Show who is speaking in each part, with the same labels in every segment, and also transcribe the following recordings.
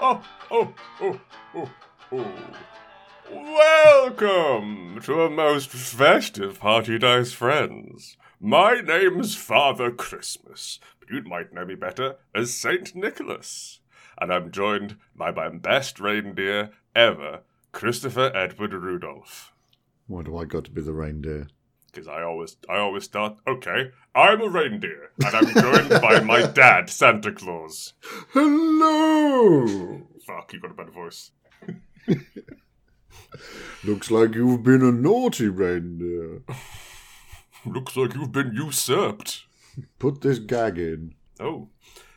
Speaker 1: Oh, oh, oh, oh, oh. Welcome to a most festive party, dice friends. My name's Father Christmas, but you might know me better as Saint Nicholas. And I'm joined by my best reindeer ever, Christopher Edward Rudolph.
Speaker 2: Why do I got to be the reindeer?
Speaker 1: Because I always, I always start. Okay, I'm a reindeer, and I'm joined by my dad, Santa Claus.
Speaker 2: Hello!
Speaker 1: Fuck, you got a better voice.
Speaker 2: Looks like you've been a naughty reindeer.
Speaker 1: Looks like you've been usurped.
Speaker 2: Put this gag in.
Speaker 1: Oh.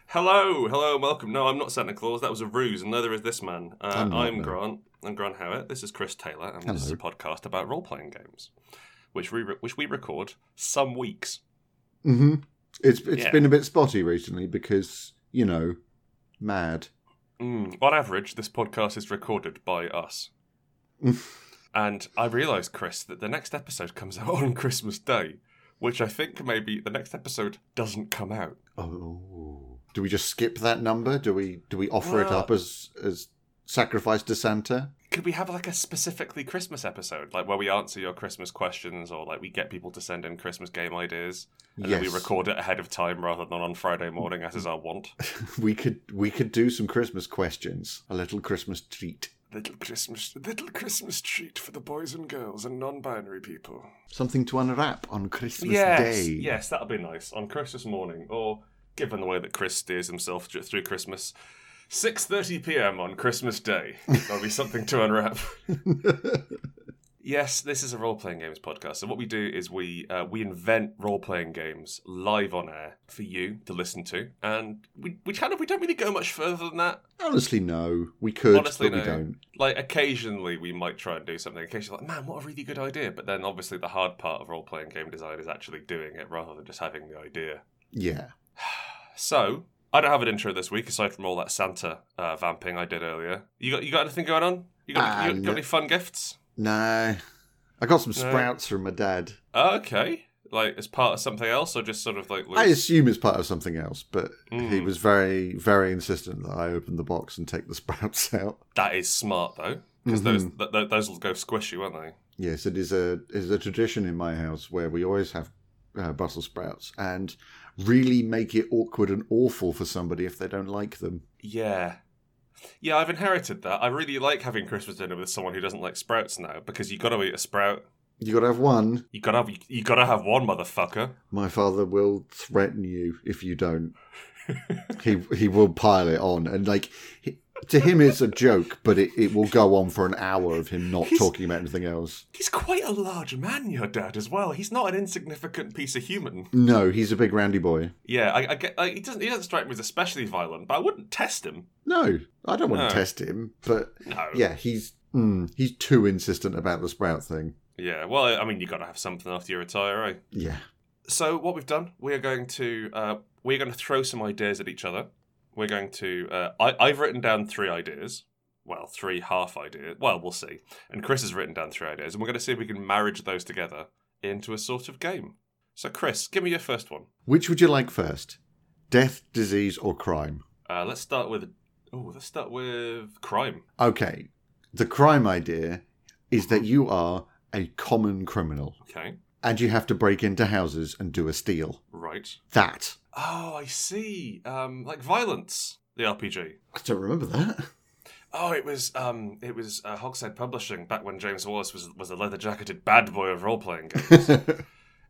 Speaker 1: Hello, hello, and welcome. No, I'm not Santa Claus. That was a ruse, and neither is this man. Uh,
Speaker 2: I'm
Speaker 1: I'm,
Speaker 2: not, no.
Speaker 1: Grant. I'm Grant Howard. This is Chris Taylor, and this is a
Speaker 2: Hello.
Speaker 1: podcast about role playing games, which we re- which we record some weeks.
Speaker 2: Mm-hmm. It's it's
Speaker 1: Yeah.
Speaker 2: been a bit spotty recently because you know, mad.
Speaker 1: Mm, on average, this podcast is recorded by us. and I realised, Chris, that the next episode comes out on Christmas Day, which I think maybe the next episode doesn't come out.
Speaker 2: Oh, do we just skip that number? Do we do we offer it
Speaker 1: Well-
Speaker 2: up as as sacrifice to Santa?
Speaker 1: could we have like a specifically Christmas episode, like where we answer your Christmas questions, or like we get people to send in Christmas game ideas, and then we
Speaker 2: Yes.
Speaker 1: record it ahead of time rather than on Friday morning, as is our wont.
Speaker 2: We could we could do some Christmas questions, a little Christmas treat,
Speaker 1: little Christmas, little Christmas treat for the boys and girls and non-binary people.
Speaker 2: something to unwrap on Christmas
Speaker 1: yes,
Speaker 2: Day.
Speaker 1: yes, that'll be nice on Christmas morning, or given the way that Chris steers himself ju- through Christmas, six thirty p.m. on Christmas Day. There'll be something to unwrap. Yes, this is a role playing games podcast. So what we do is we uh, we invent role playing games live on air for you to listen to, and we we kind of we don't really go much further than that.
Speaker 2: Honestly, no. We could,
Speaker 1: Honestly,
Speaker 2: but we
Speaker 1: no.
Speaker 2: don't.
Speaker 1: Like occasionally we might try and do something. Occasionally, like man, what a really good idea! But then obviously the hard part of role playing game design is actually doing it rather than just having the idea.
Speaker 2: Yeah.
Speaker 1: So I don't have an intro this week aside from all that Santa uh, vamping I did earlier. You got you got anything going on? You got,
Speaker 2: Ah,
Speaker 1: you got
Speaker 2: no.
Speaker 1: any fun gifts?
Speaker 2: No. I got some sprouts from my dad.
Speaker 1: Okay. Like as part of something else, or just sort of like
Speaker 2: I
Speaker 1: loose?
Speaker 2: assume it's part of something else, but he
Speaker 1: Mm.
Speaker 2: was very, very insistent that I open the box and take the sprouts out.
Speaker 1: That is smart though, because
Speaker 2: Mhm.
Speaker 1: those th- th- those will go squishy, won't they?
Speaker 2: Yes, it is a is a tradition in my house where we always have uh, Brussels sprouts and really make it awkward and awful for somebody if they don't like them.
Speaker 1: Yeah, yeah. I've inherited that. I really like having Christmas dinner with someone who doesn't like sprouts now, because you got to eat a sprout.
Speaker 2: You got to have one.
Speaker 1: You gotta have you, got to have one motherfucker.
Speaker 2: My father will threaten you if you don't. he he will pile it on and like he, to him it's a joke, but it, it will go on for an hour of him not
Speaker 1: He's-
Speaker 2: talking about anything else.
Speaker 1: He's quite a large man, your dad as well. He's not an insignificant piece of human.
Speaker 2: No, he's a big randy boy.
Speaker 1: Yeah, I, I get. I, he doesn't. He doesn't strike me as especially violent, but I wouldn't test him.
Speaker 2: No, I don't want
Speaker 1: No.
Speaker 2: to test him, but
Speaker 1: No.
Speaker 2: yeah, he's mm, he's too insistent about the sprout thing.
Speaker 1: Yeah. Well, I mean, you got to have something after you retire, eh?
Speaker 2: Yeah,
Speaker 1: So what we've done, we are going to uh, we're going to throw some ideas at each other. We're going to uh, I, I've written down three ideas. Well, three half ideas. Well, we'll see. And Chris has written down three ideas, and we're going to see if we can marriage those together into a sort of game. So, Chris, give me your first one.
Speaker 2: which would you like first? Death, disease, or crime?
Speaker 1: Uh, let's start with oh, let's start with crime.
Speaker 2: Okay, the crime idea is that you are a common criminal
Speaker 1: Okay,
Speaker 2: and you have to break into houses and do a steal.
Speaker 1: right.
Speaker 2: That
Speaker 1: Oh, I see. Um, like violence, the RPG.
Speaker 2: I don't remember that.
Speaker 1: Oh, it was um, it was uh, Hogshead Publishing back when James Wallace was was the leather jacketed bad boy of role playing games.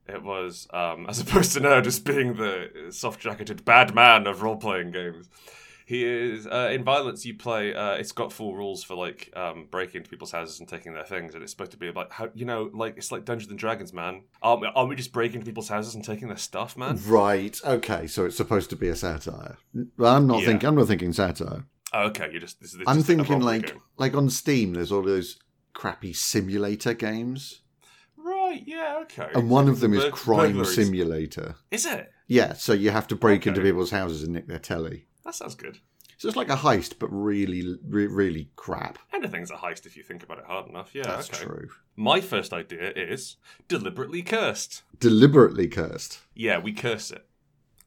Speaker 1: It was, um, as opposed to now just being the soft jacketed bad man of role playing games. He is uh, in violence. You play. Uh, it's got full rules for like um, breaking into people's houses and taking their things, and it's supposed to be about how you know, like it's like Dungeons and Dragons, man. Aren't we, aren't we just breaking into people's houses and taking their stuff, man?
Speaker 2: right. Okay. So it's supposed to be a satire. Well, I'm not
Speaker 1: Yeah.
Speaker 2: thinking. I'm not thinking satire.
Speaker 1: Oh, okay, you just. This, this is
Speaker 2: Mm-hmm. I'm
Speaker 1: just a
Speaker 2: thinking
Speaker 1: mobile
Speaker 2: like
Speaker 1: game.
Speaker 2: like on Steam, there's all those crappy simulator games,
Speaker 1: Right. Yeah. Okay.
Speaker 2: and one of them is
Speaker 1: Bur-
Speaker 2: Crime
Speaker 1: burglaries.
Speaker 2: Simulator.
Speaker 1: Is it?
Speaker 2: Yeah, so you have to break
Speaker 1: Okay.
Speaker 2: into people's houses and nick their telly.
Speaker 1: That sounds good.
Speaker 2: So it's like a heist, but really, re- really crap.
Speaker 1: Anything's a heist if you think about it hard enough. Yeah.
Speaker 2: That's
Speaker 1: okay.
Speaker 2: true.
Speaker 1: My first idea is deliberately cursed.
Speaker 2: Deliberately cursed.
Speaker 1: Yeah, we curse it.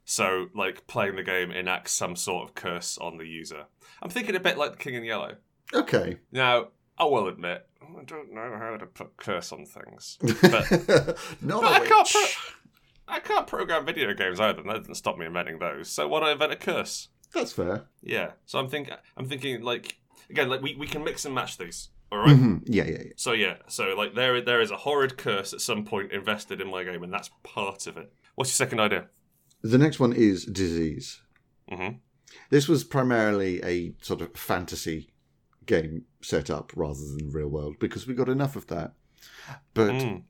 Speaker 1: So, like, playing the game enacts some sort of curse on the user. I'm thinking a bit like The King in Yellow.
Speaker 2: Okay.
Speaker 1: Now, I will admit, I don't know how to put curse on things.
Speaker 2: Not
Speaker 1: But
Speaker 2: a
Speaker 1: I can't
Speaker 2: witch.
Speaker 1: I can't program video games either, and that doesn't stop me inventing those. So why do I invent a curse?
Speaker 2: That's fair.
Speaker 1: Yeah. So I'm thinking, I'm thinking like again, like we, we can mix and match these. All right?
Speaker 2: Mhm. Yeah, yeah, yeah.
Speaker 1: So yeah, so like there there is a horrid curse at some point invested in my game, and that's part of it. What's your second idea?
Speaker 2: The next one is disease.
Speaker 1: Mm-hmm.
Speaker 2: This was primarily a sort of fantasy game set up rather than real world because we got enough of that. But
Speaker 1: Mm.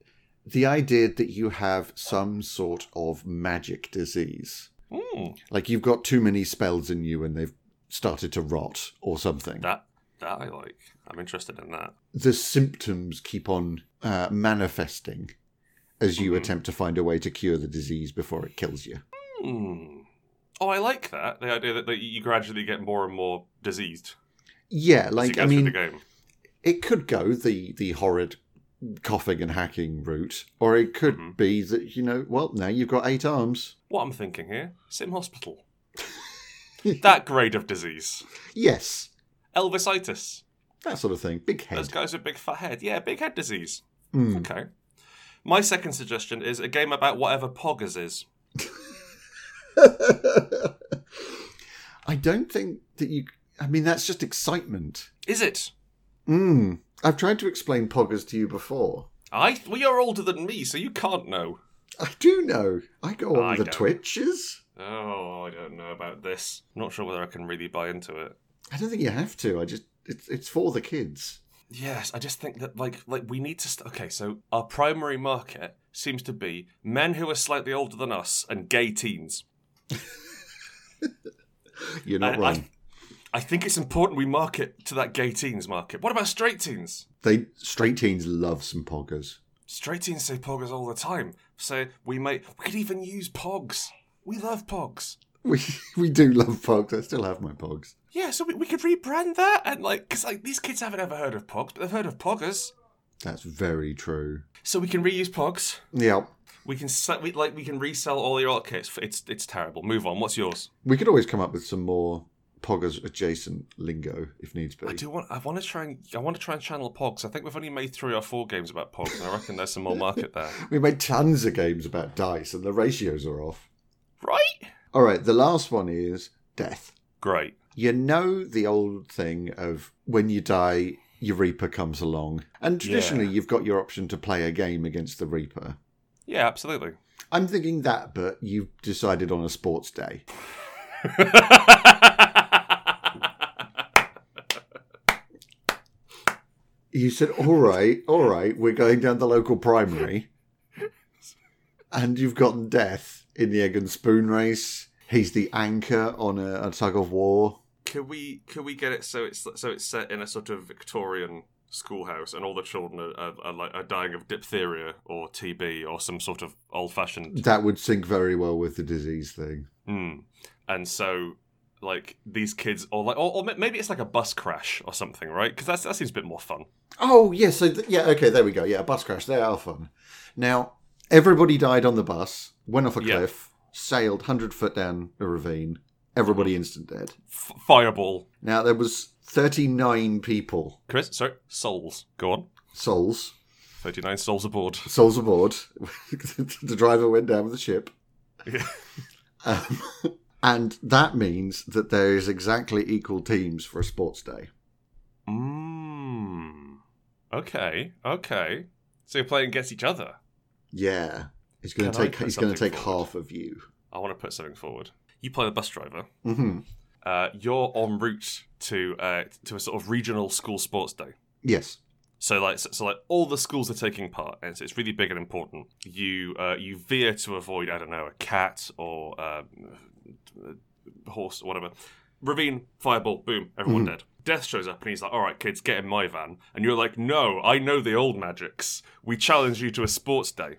Speaker 2: the idea that you have some sort of magic disease,
Speaker 1: Hmm.
Speaker 2: like you've got too many spells in you and they've started to rot or something.
Speaker 1: That that I like. I'm interested in that.
Speaker 2: the symptoms keep on uh, manifesting as you
Speaker 1: Mhm.
Speaker 2: attempt to find a way to cure the disease before it kills you.
Speaker 1: Hmm. Oh, I like that. The idea that, that you gradually get more and more diseased
Speaker 2: Yeah,
Speaker 1: as you
Speaker 2: like
Speaker 1: go
Speaker 2: I
Speaker 1: through
Speaker 2: mean,
Speaker 1: the game.
Speaker 2: it could go the the horrid coughing and hacking route, or it could
Speaker 1: Mhm.
Speaker 2: be that you know, well, now you've got eight arms.
Speaker 1: What I'm thinking here, Sim Hospital. that grade of disease.
Speaker 2: Yes,
Speaker 1: Elvisitis.
Speaker 2: that sort of thing. Big
Speaker 1: Those
Speaker 2: head.
Speaker 1: guys with big fat head. Yeah, big head disease.
Speaker 2: Mm.
Speaker 1: Okay. My second suggestion is a game about whatever Poggers is.
Speaker 2: I don't think that you. I mean, that's just excitement.
Speaker 1: Is it?
Speaker 2: Mm. I've tried to explain poggers to you before.
Speaker 1: I. Well, you're older than me, so you can't know.
Speaker 2: I do know. I go on
Speaker 1: I
Speaker 2: the
Speaker 1: don't.
Speaker 2: twitches.
Speaker 1: Oh, I don't know about this. Not sure whether I can really buy into it.
Speaker 2: I don't think you have to. I just it's it's for the kids.
Speaker 1: Yes, I just think that like like we need to. St- okay, so our primary market seems to be men who are slightly older than us and gay teens.
Speaker 2: You're not
Speaker 1: I-
Speaker 2: wrong.
Speaker 1: I, I think it's important we market to that gay teens market. What about straight teens?
Speaker 2: They straight teens love some poggers.
Speaker 1: Straight teens say poggers all the time. So we may we could even use pogs. We love pogs.
Speaker 2: We we do love pogs. I still have my pogs.
Speaker 1: Yeah, so we, we could rebrand that and like because like these kids haven't ever heard of pogs, but they've heard of poggers.
Speaker 2: That's very true.
Speaker 1: So we can reuse pogs.
Speaker 2: Yeah.
Speaker 1: We can se- we, like we can resell all your alt kits. It's it's terrible. Move on. What's yours?
Speaker 2: We could always come up with some more poggers adjacent lingo if needs be.
Speaker 1: I do want. I want to try and. I want to try and channel Pogs. I think we've only made three or four games about Pogs, and I reckon there's some more market there.
Speaker 2: We made tons of games about dice and the ratios are off.
Speaker 1: Right?
Speaker 2: All right, the last one is death.
Speaker 1: Great.
Speaker 2: You know the old thing of when you die, your Reaper comes along. And traditionally,
Speaker 1: Yeah.
Speaker 2: you've got your option to play a game against the Reaper.
Speaker 1: Yeah, absolutely.
Speaker 2: I'm thinking that, but you've decided on a sports day. You said, all right, all right, we're going down the local primary. And you've gotten death in the egg and spoon race. He's the anchor on a, a tug of war.
Speaker 1: could we could we get it so it's so it's set in a sort of Victorian schoolhouse, and all the children are, are, are, like, are dying of diphtheria or TB or some sort of old-fashioned.
Speaker 2: That would sync very well with the disease thing.
Speaker 1: Hmm. And so. Like these kids, or like, or, or maybe it's like a bus crash or something, right? Because that seems a bit more fun.
Speaker 2: Oh, yeah, so, th- yeah, okay, there we go. Yeah, a bus crash. They are fun. Now, everybody died on the bus, went off a
Speaker 1: Yeah.
Speaker 2: cliff, sailed 100 foot down a ravine. Everybody instant dead.
Speaker 1: F- fireball,
Speaker 2: Now, there was 39 people,
Speaker 1: Chris, sorry, souls. Go on.
Speaker 2: souls,
Speaker 1: 39 souls aboard.
Speaker 2: souls aboard. the driver went down with the ship.
Speaker 1: Yeah.
Speaker 2: Um, and that means that there is exactly equal teams for a sports day.
Speaker 1: Mmm. Okay, okay. So you're playing against each other.
Speaker 2: Yeah, he's going
Speaker 1: Can
Speaker 2: to
Speaker 1: I
Speaker 2: take
Speaker 1: put
Speaker 2: he's going to
Speaker 1: something
Speaker 2: take
Speaker 1: forward?
Speaker 2: half of you.
Speaker 1: I want to put something forward. You play the bus driver.
Speaker 2: hmm
Speaker 1: Uh, you're en route to uh, to a sort of regional school sports day.
Speaker 2: Yes,
Speaker 1: So like so, so like all the schools are taking part, and so it's really big and important. You uh, you veer to avoid I don't know a cat or um, a horse or whatever, ravine, fireball, boom, everyone dead. Death shows up and he's like, all right, kids, get in my van. And you're like, no, I know the old magics. We challenge you to a sports day.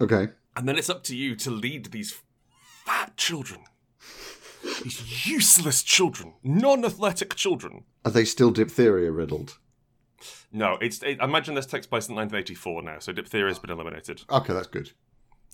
Speaker 2: Okay.
Speaker 1: And then it's up to you to lead these fat children. These useless children, non athletic children.
Speaker 2: Are they still diphtheria riddled?
Speaker 1: No, it's. It, I imagine this takes place in 1984 now, so diphtheria has been eliminated.
Speaker 2: Okay, that's good.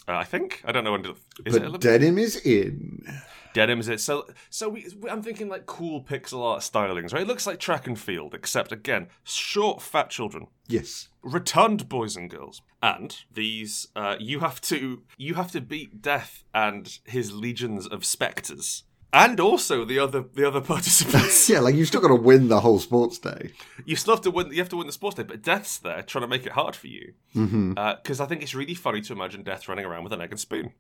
Speaker 1: Uh, I think. I don't know when. Diph- Is it
Speaker 2: but
Speaker 1: eliminated?
Speaker 2: denim is in.
Speaker 1: Denim is it? So, so we, we- I'm thinking like cool pixel art stylings, right? It looks like track and field, except again, short, fat children,
Speaker 2: Yes.
Speaker 1: returned boys and girls, and these. Uh, you have to you have to beat Death and his legions of specters, and also the other the other participants.
Speaker 2: Yeah, like you've still got to win the whole sports day.
Speaker 1: you still have to win. You have to win the sports day, but Death's there trying to make it hard for you
Speaker 2: hmm
Speaker 1: because I think it's really funny to imagine Death running around with an egg and spoon.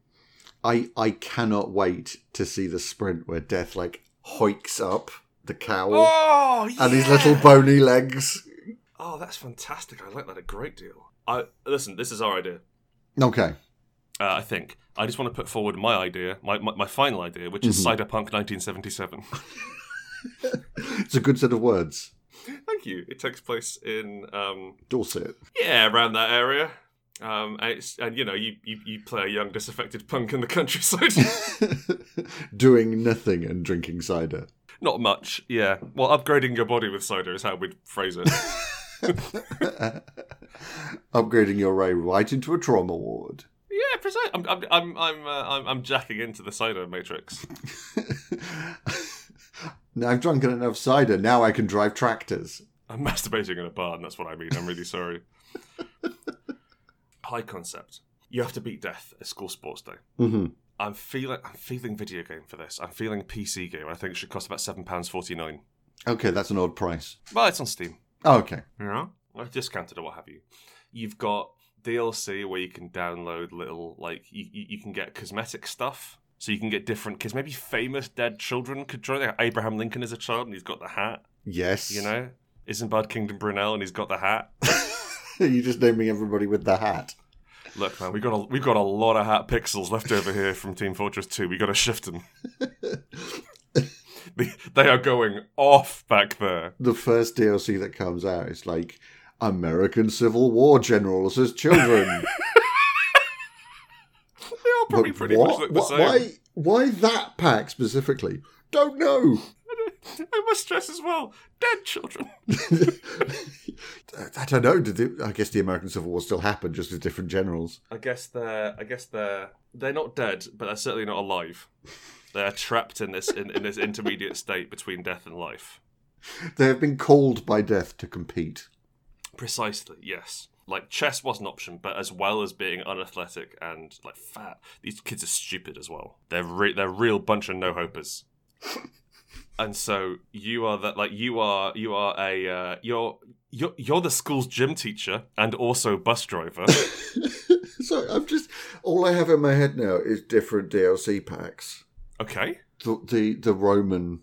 Speaker 2: I I cannot wait to see the sprint where Death like hoiks up the cowl
Speaker 1: Oh, yeah.
Speaker 2: and his little bony legs.
Speaker 1: Oh, that's fantastic. I like that a great deal. I listen, this is our idea.
Speaker 2: Okay.
Speaker 1: Uh, I think. I just want to put forward my idea, my, my, my final idea, which is
Speaker 2: Mm-hmm.
Speaker 1: Cyberpunk 1977.
Speaker 2: It's a good set of words.
Speaker 1: Thank you. It takes place in, um,
Speaker 2: Dorset.
Speaker 1: yeah, around that area. Um, and, it's, and, you know, you, you, you play a young, disaffected punk in the countryside.
Speaker 2: Doing nothing and drinking cider.
Speaker 1: Not much, yeah. Well, upgrading your body with cider is how we'd phrase it.
Speaker 2: Upgrading your ray right into a trauma ward.
Speaker 1: yeah, precisely. I'm, I'm, I'm, I'm, uh, I'm, I'm jacking into the cider matrix.
Speaker 2: now I've drunken enough cider, now I can drive tractors.
Speaker 1: I'm masturbating in a barn. That's what I mean. I'm really sorry. High concept. You have to beat death at school sports day.
Speaker 2: Mm-hmm.
Speaker 1: I'm feeling. I'm feeling video game for this. I'm feeling PC game. I think it should cost about seven pounds forty nine.
Speaker 2: Okay, that's an odd price.
Speaker 1: Well, it's on Steam.
Speaker 2: Oh, okay.
Speaker 1: Yeah, I discounted or what have you. You've got DLC where you can download little like you, you, you can get cosmetic stuff. So you can get different kids. Maybe famous dead children could join. Like Abraham Lincoln is a child and he's got the hat.
Speaker 2: Yes.
Speaker 1: You know, isn't Bad Kingdom Brunel and he's got the hat.
Speaker 2: You're just naming everybody with the hat.
Speaker 1: Look, man, we got a we got a lot of hat pixels left over here from Team Fortress Two. We got to shift them. They- they are going off back there.
Speaker 2: The first DLC that comes out is like American Civil War generals as children.
Speaker 1: They all probably
Speaker 2: But
Speaker 1: pretty much look the
Speaker 2: Wh-
Speaker 1: same.
Speaker 2: Why? Why that pack specifically? Don't know.
Speaker 1: I must stress as well, dead children.
Speaker 2: I don't know. Did the, I guess the American Civil War still happened, just with different generals?
Speaker 1: I guess they're I guess they're they're not dead, but they're certainly not alive. They're trapped in this in, in this intermediate state between death and life.
Speaker 2: They have been called by death to compete.
Speaker 1: Precisely, yes. Like chess was an option, but as well as being unathletic and like fat, these kids are stupid as well. They're re- they're a real bunch of no hopers. and so you are that like you are you are a uh, you're you're you're the school's gym teacher and also bus driver.
Speaker 2: so I'm just all I have in my head now is different DLC packs.
Speaker 1: okay.
Speaker 2: The the, the Roman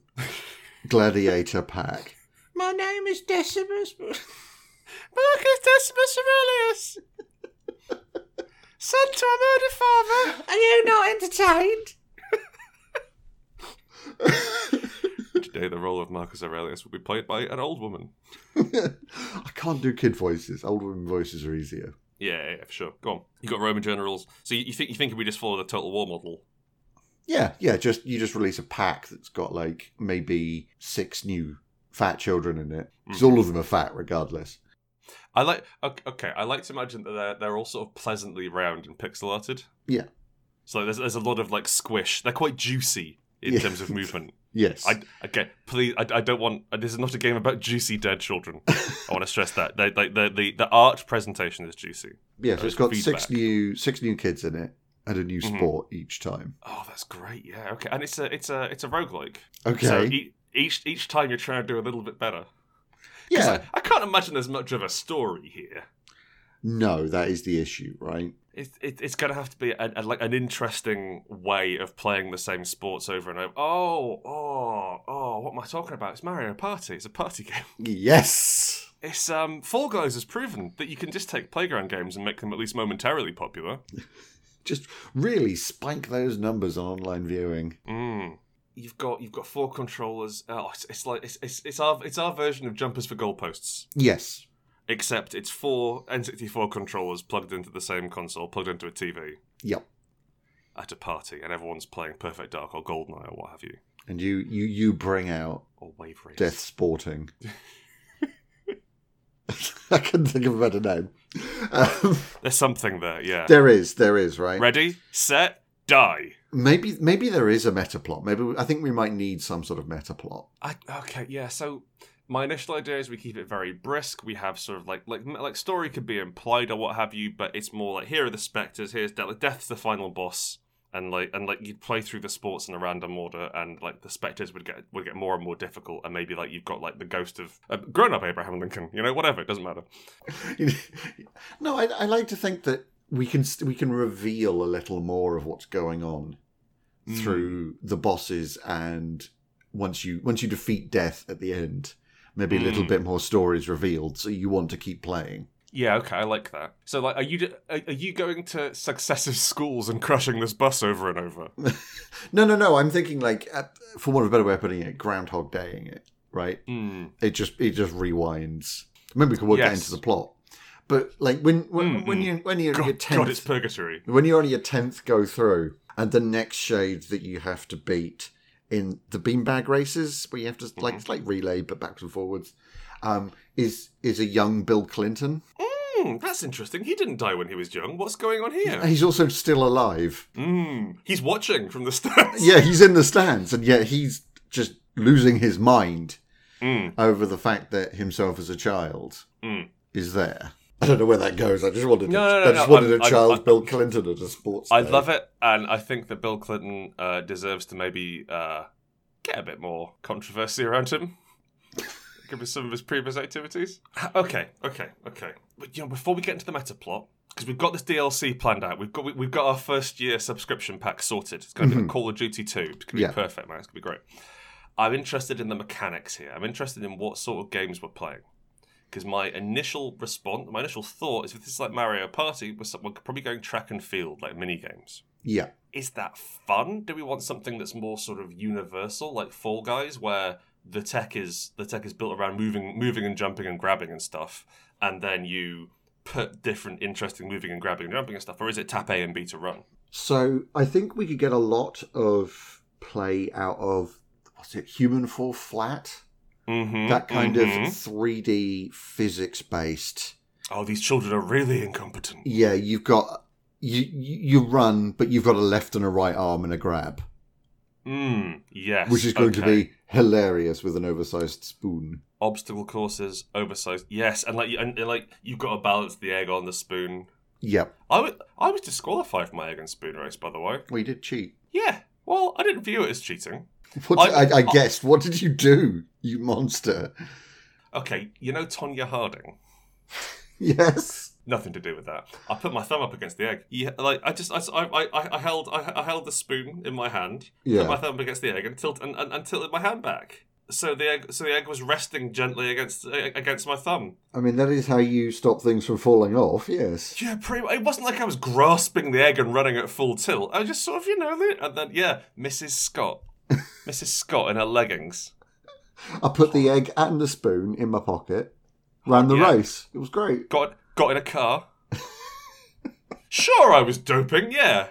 Speaker 2: gladiator pack.
Speaker 1: My name is Decimus. Marcus Decimus Aurelius. Son to a murder father. Are you not entertained? Today, the role of Marcus Aurelius will be played by an old woman.
Speaker 2: I can't do kid voices. Old women voices are easier.
Speaker 1: Yeah, yeah, for sure. Go on. You got Roman generals. So you, you think you think if we just follow the Total War model?
Speaker 2: Yeah, yeah. Just you just release a pack that's got like maybe six new fat children in it because
Speaker 1: Mm.
Speaker 2: all of them are fat regardless.
Speaker 1: I like. ok- Okay, I like to imagine that they're they're all sort of pleasantly round and pixel arted.
Speaker 2: Yeah.
Speaker 1: So there's there's a lot of like squish. They're quite juicy in
Speaker 2: Yeah.
Speaker 1: terms of movement.
Speaker 2: Yes,
Speaker 1: I okay, please. I, I don't want. This is not a game about juicy dead children. I want to stress that they, they, the the the art presentation is juicy.
Speaker 2: yeah. So it's got six
Speaker 1: feedback.
Speaker 2: new six new kids in it and a new
Speaker 1: Mhm.
Speaker 2: sport each time.
Speaker 1: Oh, that's great. Yeah. Okay. And it's a it's a it's a roguelike.
Speaker 2: Okay,
Speaker 1: So e- each each time you're trying to do a little bit better. 'Cause
Speaker 2: yeah.
Speaker 1: I, I can't imagine there's much of a story here.
Speaker 2: No, that is the issue, right?
Speaker 1: It, it, it's going to have to be a, a, like an interesting way of playing the same sports over and over. Oh, oh, oh! What am I talking about? It's Mario Party. It's a party game.
Speaker 2: Yes.
Speaker 1: It's um, Fall Guys has proven that you can just take playground games and make them at least momentarily popular.
Speaker 2: Just really spike those numbers on online viewing.
Speaker 1: Mm. you've got you've got four controllers. Oh, it's, it's like it's, it's it's our it's our version of jumpers for goalposts,
Speaker 2: Yes.
Speaker 1: except it's four N64 controllers plugged into the same console, plugged into a TV
Speaker 2: Yep.
Speaker 1: at a party, and everyone's playing Perfect Dark or Goldeneye or what have you,
Speaker 2: And you you you bring out
Speaker 1: or Wave Race.
Speaker 2: Death Sporting. I couldn't think of a better name. Um,
Speaker 1: There's something there, yeah.
Speaker 2: there is, there is, right?
Speaker 1: Ready, set, die.
Speaker 2: Maybe maybe there is a meta plot. Maybe we- I think we might need some sort of meta plot.
Speaker 1: I okay, yeah. So my initial idea is we keep it very brisk. We have sort of like like like story could be implied or what have you, but it's more like here are the specters. Here's death. Like, death's the final boss, and like and like you'd play through the sports in a random order, and like the specters would get would get more and more difficult, and maybe like you've got like the ghost of uh, grown up Abraham Lincoln. You know, whatever. It doesn't matter.
Speaker 2: no, I, I like to think that we can st- we can reveal a little more of what's going on
Speaker 1: Mm.
Speaker 2: through the bosses, and once you once you defeat death at the end, maybe a little
Speaker 1: Mm.
Speaker 2: bit more stories revealed. So you want to keep playing.
Speaker 1: Yeah, okay, I like that. So, like, are you d- are, are you going to successive schools and crushing this bus over and over?
Speaker 2: No, no, no. I'm thinking like, at, for want of a better way of putting it, Groundhog Daying it. Right?
Speaker 1: Hmm.
Speaker 2: It just it just rewinds. Maybe we could work that
Speaker 1: Yes.
Speaker 2: into the plot. But like when when,
Speaker 1: Mm,
Speaker 2: when
Speaker 1: mm.
Speaker 2: you when you're at your
Speaker 1: God,
Speaker 2: tenth,
Speaker 1: God, it's purgatory.
Speaker 2: When you're on your tenth go through, and the next shade that you have to beat in the beanbag races, where you have to
Speaker 1: Mm-hmm.
Speaker 2: like it's like relay but backwards and forwards, um, is is a young Bill Clinton.
Speaker 1: Hmm, that's interesting. He didn't die when he was young. What's going on here?
Speaker 2: He's also still alive.
Speaker 1: Hmm, he's watching from the stands.
Speaker 2: Yeah, he's in the stands, and yet he's just losing his mind
Speaker 1: Mm.
Speaker 2: over the fact that himself as a child
Speaker 1: Mm.
Speaker 2: is there. I don't know where that goes. I just wanted,
Speaker 1: No,
Speaker 2: a,
Speaker 1: no, no,
Speaker 2: I just
Speaker 1: no,
Speaker 2: wanted
Speaker 1: I'm-
Speaker 2: a
Speaker 1: I'm-
Speaker 2: child
Speaker 1: I'm-
Speaker 2: Bill Clinton at a sports.
Speaker 1: I
Speaker 2: day.
Speaker 1: love it, and I think that Bill Clinton uh, deserves to maybe uh, get a bit more controversy around him, given some of his previous activities. Okay, okay, okay. But you know, before we get into the meta plot, because we've got this DLC planned out, we've got we, we've got our first year subscription pack sorted. It's going to be like Call of Duty Two. It's going to
Speaker 2: Yeah.
Speaker 1: be perfect, man. It's going to be great. I'm interested in the mechanics here. I'm interested in what sort of games we're playing. Because my initial response, my initial thought is if this is like Mario Party, we're, so- we're probably going track and field, like mini games
Speaker 2: Yeah,
Speaker 1: is that fun? Do we want something that's more sort of universal, like Fall Guys, where the tech is the tech is built around moving, moving and jumping and grabbing and stuff, and then you put different interesting moving and grabbing and jumping and stuff, or is it tap A and B to run?
Speaker 2: So I think we could get a lot of play out of what's it, Human Fall Flat?
Speaker 1: Mm-hmm,
Speaker 2: that kind of 3D physics based.
Speaker 1: oh, these children are really incompetent.
Speaker 2: Yeah, you've got you you you run, but you've got a left and a right arm and a grab,
Speaker 1: Mm, yes,
Speaker 2: which is going to
Speaker 1: okay.
Speaker 2: be hilarious with an oversized spoon.
Speaker 1: obstacle courses, oversized. Yes, and like you- and, and like you've got to balance the egg on the spoon.
Speaker 2: Yep,
Speaker 1: I was I was disqualified for my egg and spoon race, by the way.
Speaker 2: we did cheat.
Speaker 1: Yeah, well, I didn't view it as cheating.
Speaker 2: What
Speaker 1: I-
Speaker 2: I, I, guessed. What did you do, you monster?
Speaker 1: Okay, you know Tonya Harding.
Speaker 2: Yes.
Speaker 1: Nothing to do with that. I put my thumb up against the egg. Yeah, like I just I, I, I, I held I, I held the spoon in my hand, put my
Speaker 2: Yeah.
Speaker 1: thumb up against the egg, and tilt and, and, and tilted my hand back. So the egg so the egg was resting gently against uh, against my thumb.
Speaker 2: I mean, that is how you stop things from falling off. Yes.
Speaker 1: Yeah, pretty. It wasn't like I was grasping the egg and running at full tilt. I was just sort of you know the- and then yeah, Mrs. Scott, Mrs. Scott in her leggings.
Speaker 2: I put the egg and the spoon in my pocket, ran the
Speaker 1: Yeah.
Speaker 2: race. It was great.
Speaker 1: Got got in a car. sure, I was doping. Yeah.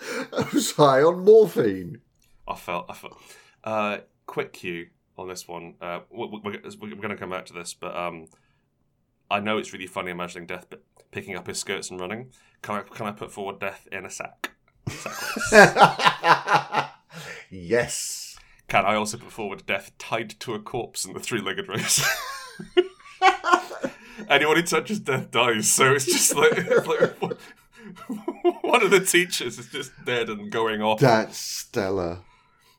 Speaker 2: I was high on morphine.
Speaker 1: I felt. I felt. Uh, quick cue on this one. Uh, we- we- we're, we're going to come back to this, but um, I know it's really funny imagining Death p- picking up his skirts and running. Can I can I put forward Death in a sack?
Speaker 2: yes.
Speaker 1: Can I also put forward Death tied to a corpse in the three-legged race? Anyone who touches Death dies. So it's just like, it's like one of the teachers is just dead and going off.
Speaker 2: That's stellar.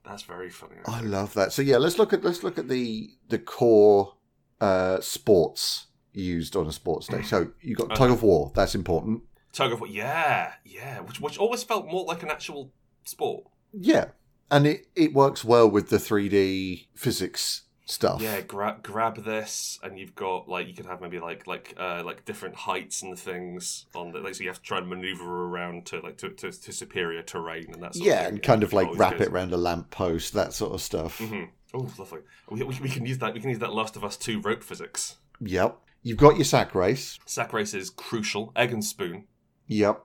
Speaker 1: That's very funny.
Speaker 2: I love that. So yeah, let's look at let's look at the the core uh, sports used on a sports day. So you got tug of war. That's important.
Speaker 1: Tug of war. Yeah, yeah. Which which always felt more like an actual sport.
Speaker 2: Yeah, and it it works well with the three D physics stuff.
Speaker 1: yeah grab grab this and you've got like you can have maybe like like uh like different heights and things on the like so you have to try and maneuver around to like to to, to superior terrain and that sort of
Speaker 2: yeah,
Speaker 1: thing.
Speaker 2: and kind of like
Speaker 1: always
Speaker 2: wrap
Speaker 1: goes-
Speaker 2: it around a lamppost, that sort of stuff.
Speaker 1: Mhm. oh lovely we, we, we can use that we can use that last of us 2 rope physics
Speaker 2: Yep. You've got your sack race.
Speaker 1: sack race is crucial egg and spoon
Speaker 2: Yep.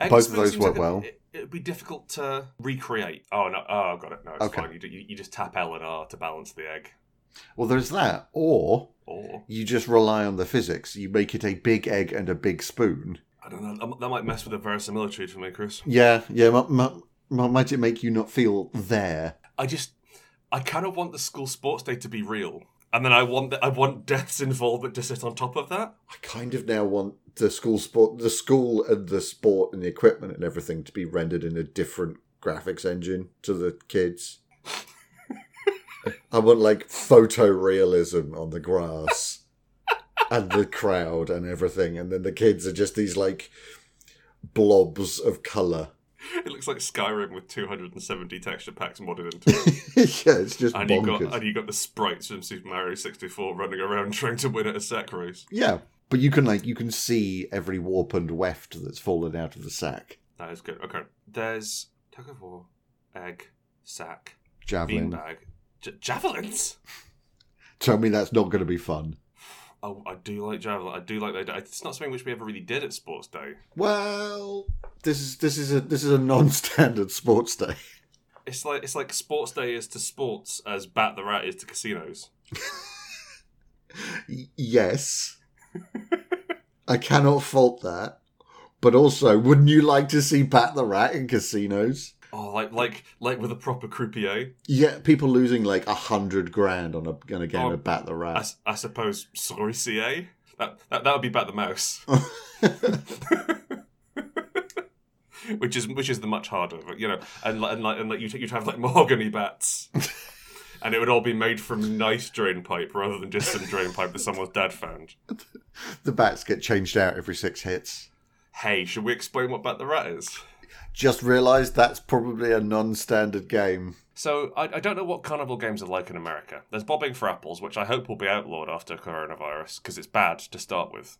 Speaker 1: egg
Speaker 2: Both
Speaker 1: and
Speaker 2: of
Speaker 1: spoon
Speaker 2: those
Speaker 1: seems
Speaker 2: work
Speaker 1: like a-
Speaker 2: well.
Speaker 1: it, it'd be difficult to recreate oh no oh got it no it's
Speaker 2: Okay.
Speaker 1: fine you, do- you, you just tap l and r to balance the egg
Speaker 2: Well, there's that. Or
Speaker 1: or
Speaker 2: you just rely on the physics. You make it a big egg and a big spoon.
Speaker 1: i don't know that- that might mess with the verisimilitude for me chris
Speaker 2: Yeah, yeah. M- m- m- might it make you not feel there?
Speaker 1: I just I kind of want the school sports day to be real, and then I want the, I want death's involvement to sit on top of that.
Speaker 2: I kind of now want the school sport, the school and the sport and the equipment and everything to be rendered in a different graphics engine to the kids. I want like photorealism on the grass and the crowd and everything, and then the kids are just these like blobs of color.
Speaker 1: It looks like Skyrim with 270 texture packs modded into it,
Speaker 2: yeah, it's just
Speaker 1: and you
Speaker 2: bonkers.
Speaker 1: got and you got the sprites from Super Mario 64 running around trying to win at a sack race.
Speaker 2: yeah, but you can like you can see every warp and weft that's fallen out of the sack.
Speaker 1: That is good. Okay, there's tug of war, egg, sack,
Speaker 2: Javelin.
Speaker 1: beanbag, J- javelins.
Speaker 2: Tell me that's not going to be fun.
Speaker 1: Oh, I do like javelin. I do like that. It's not something which we ever really did at sports day.
Speaker 2: Well, this is this is a this is a non-standard sports day.
Speaker 1: It's like it's like sports day is to sports as Bat the Rat is to casinos.
Speaker 2: Y- yes, I cannot fault that. But also, wouldn't you like to see Pat the Rat in casinos?
Speaker 1: Oh, like like like with a proper croupier.
Speaker 2: Yeah, people losing like a hundred grand on a on a game
Speaker 1: Oh,
Speaker 2: of Bat the
Speaker 1: I,
Speaker 2: Rat.
Speaker 1: s- I suppose sorry, CA. That that, that would be about the mouse, which is which is the much harder, but, you know. And li- and like and like you'd, you'd have like mahogany bats, and it would all be made from nice drain pipe rather than just some drain pipe that someone's dad found.
Speaker 2: the bats get changed out every six hits.
Speaker 1: Hey, should we explain what Bat the Rat is?
Speaker 2: Just realised that's probably a non-standard game.
Speaker 1: So I, I don't know what carnival games are like in America. There's bobbing for apples, which I hope will be outlawed after coronavirus because it's bad to start with.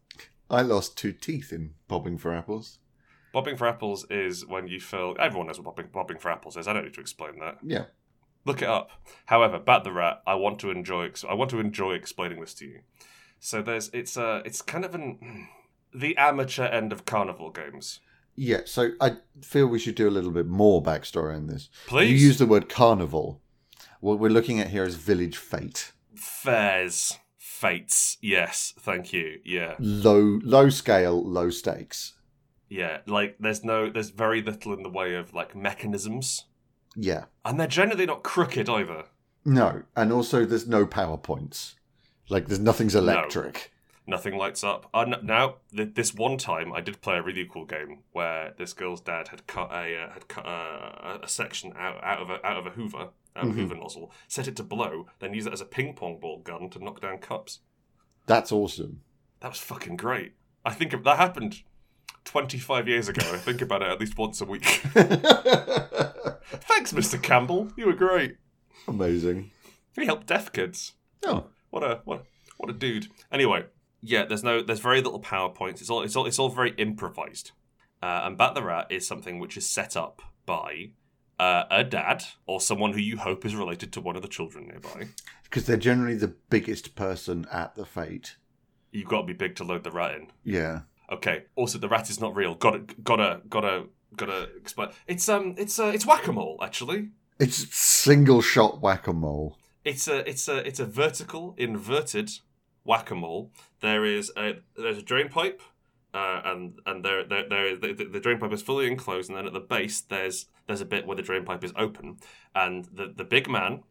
Speaker 2: I lost two teeth in bobbing for apples.
Speaker 1: Bobbing for apples is when you fill. Everyone knows what bobbing, bobbing for apples is. I don't need to explain that.
Speaker 2: Yeah.
Speaker 1: Look it up. However, Bat the Rat, I want to enjoy. ex- I want to enjoy explaining this to you. So there's. It's a. It's kind of an. The amateur end of carnival games.
Speaker 2: Yeah, so I feel we should do a little bit more backstory on this.
Speaker 1: Please.
Speaker 2: You use the word carnival. What we're looking at here is village fete.
Speaker 1: fairs, fates. Yes, thank you. Yeah,
Speaker 2: Low low scale, low stakes.
Speaker 1: yeah. Like there's no. There's very little in the way of like mechanisms,
Speaker 2: Yeah.
Speaker 1: and they're generally not crooked either.
Speaker 2: No. And also there's no PowerPoints. Like there's nothing's electric.
Speaker 1: Nothing lights up. Uh, n- now, th- this one time, I did play a really cool game where this girl's dad had cut a uh, had cut a, a- a section out, out of a out of a Hoover out of a
Speaker 2: Mhm.
Speaker 1: Hoover nozzle, set it to blow, then use it as a ping pong ball gun to knock down cups.
Speaker 2: That's awesome.
Speaker 1: That was fucking great. I think it- that happened twenty five years ago. I think about it at least once a week. Thanks, Mister Campbell. You were great.
Speaker 2: Amazing.
Speaker 1: You helped deaf kids.
Speaker 2: Oh.
Speaker 1: What a what what a dude. Anyway, yeah, there's no there's very little powerpoints. It's all it's all it's all very improvised. Uh, and Bat the Rat is something which is set up by uh, a dad or someone who you hope is related to one of the children nearby.
Speaker 2: Because they're generally the biggest person at the fete.
Speaker 1: You've got to be big to load the rat in.
Speaker 2: Yeah.
Speaker 1: Okay. Also, the rat is not real. Got to gotta gotta gotta explain. It's um it's uh, it's whack a mole actually.
Speaker 2: It's single shot whack a mole.
Speaker 1: It's a it's a it's a vertical inverted whack a mole. There is a there's a drain pipe, uh, and and there there, there the, the- the drain pipe is fully enclosed, and then at the base there's there's a bit where the drain pipe is open, and the the big man.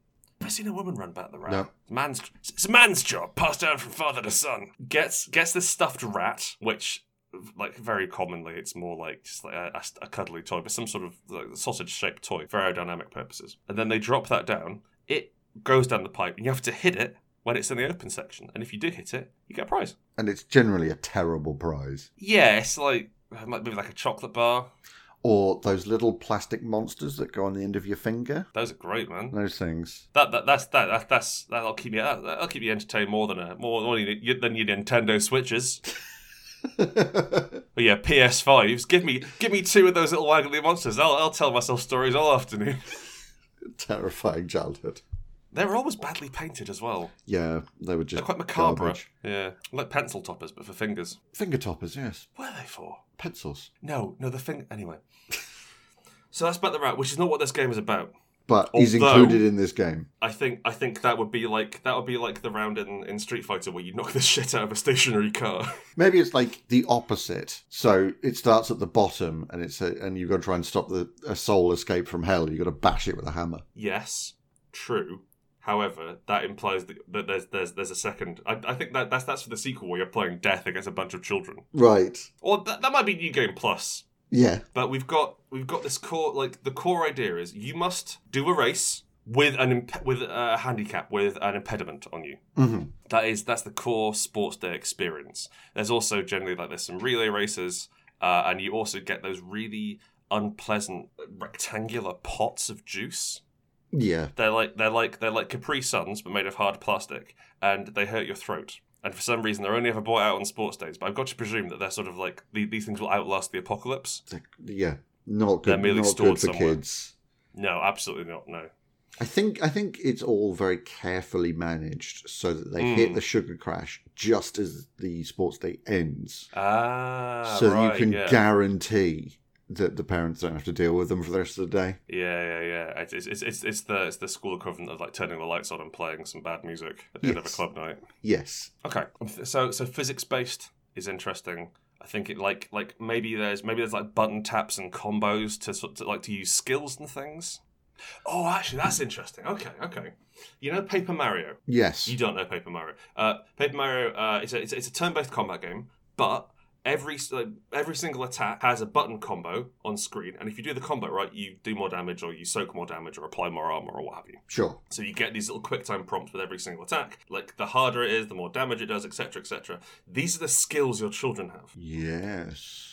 Speaker 1: I've seen a woman run back the rat.
Speaker 2: No.
Speaker 1: Man's it's a man's job, passed down from father to son. Gets gets this stuffed rat, which like very commonly it's more like just like a, a- a cuddly toy, but some sort of like, sausage shaped toy for aerodynamic purposes. And then they drop that down. It goes down the pipe, and you have to hit it when it's in the open section. And if you do hit it, you get a prize.
Speaker 2: And it's generally a terrible prize.
Speaker 1: Yeah, it's like it might be like a chocolate bar.
Speaker 2: or those little plastic monsters that go on the end of your finger.
Speaker 1: Those are great, man.
Speaker 2: Those things.
Speaker 1: That, that that's that, that that's that'll keep you that, that'll keep you entertained more than a more, more than your than your Nintendo Switches. But yeah, PS5s. Give me give me two of those little waggly monsters. I'll I'll tell myself stories all afternoon.
Speaker 2: Terrifying childhood.
Speaker 1: They were always badly painted as well.
Speaker 2: Yeah, they were just
Speaker 1: They're quite macabre.
Speaker 2: garbage.
Speaker 1: Yeah, like pencil toppers, but for fingers.
Speaker 2: Finger toppers, yes.
Speaker 1: What are they for?
Speaker 2: Pencils.
Speaker 1: No, no, the thing. Anyway, so that's about the rat, which is not what this game is about.
Speaker 2: But he's
Speaker 1: Although-
Speaker 2: included in this game.
Speaker 1: I think I think that would be like that would be like the round in, in Street Fighter where you knock the shit out of a stationary car.
Speaker 2: Maybe it's like the opposite. So it starts at the bottom, and it's a, and you've got to try and stop the a soul escape from hell. You've got to bash it with a hammer.
Speaker 1: yes, true. However, that implies that, that there's there's there's a second. I, I think that that's that's for the sequel where you're playing death against a bunch of children.
Speaker 2: Right.
Speaker 1: Or that, that might be New Game Plus.
Speaker 2: Yeah.
Speaker 1: But we've got we've got this core like the core idea is you must do a race with an imp- with a handicap with an impediment on you.
Speaker 2: hmm
Speaker 1: That is that's the core sports day experience. There's also generally like there's some relay races, uh, and you also get those really unpleasant rectangular pots of juice.
Speaker 2: Yeah.
Speaker 1: They're like they're like they're like Capri Suns but made of hard plastic, and they hurt your throat. And for some reason, they're only ever bought out on sports days. But I've got to presume that they're sort of like the, these things will outlast the apocalypse.
Speaker 2: They're- Yeah. Not
Speaker 1: They're
Speaker 2: good.
Speaker 1: merely
Speaker 2: Not
Speaker 1: stored
Speaker 2: good for
Speaker 1: somewhere.
Speaker 2: kids.
Speaker 1: No, absolutely not. No.
Speaker 2: I think I think it's all very carefully managed so that they
Speaker 1: Mm.
Speaker 2: hit the sugar crash just as the sports day ends,
Speaker 1: Ah,
Speaker 2: so
Speaker 1: right,
Speaker 2: that you can
Speaker 1: yeah.
Speaker 2: guarantee that the parents don't have to deal with them for the rest of the day.
Speaker 1: yeah, yeah, yeah. It's, it's, it's, it's the it's the school equivalent of like turning the lights on and playing some bad music at the end of a
Speaker 2: Yes.
Speaker 1: club night.
Speaker 2: Yes.
Speaker 1: Okay, so so physics based is interesting. I think it like like maybe there's maybe there's like button taps and combos to sort to like to use skills and things. Oh, actually, that's interesting. Okay, okay. You know Paper Mario.
Speaker 2: Yes.
Speaker 1: You don't know Paper Mario. Uh, Paper Mario uh, it's a it's, a- it's a turn-based combat game, but every s- like, every single attack has a button combo on screen, and if you do the combo right, you do more damage, or you soak more damage, or apply more armor, or what have you.
Speaker 2: Sure.
Speaker 1: So you get these little quick time prompts with every single attack. Like the harder it is, the more damage it does, etc., etc. These are the skills your children have.
Speaker 2: Yes.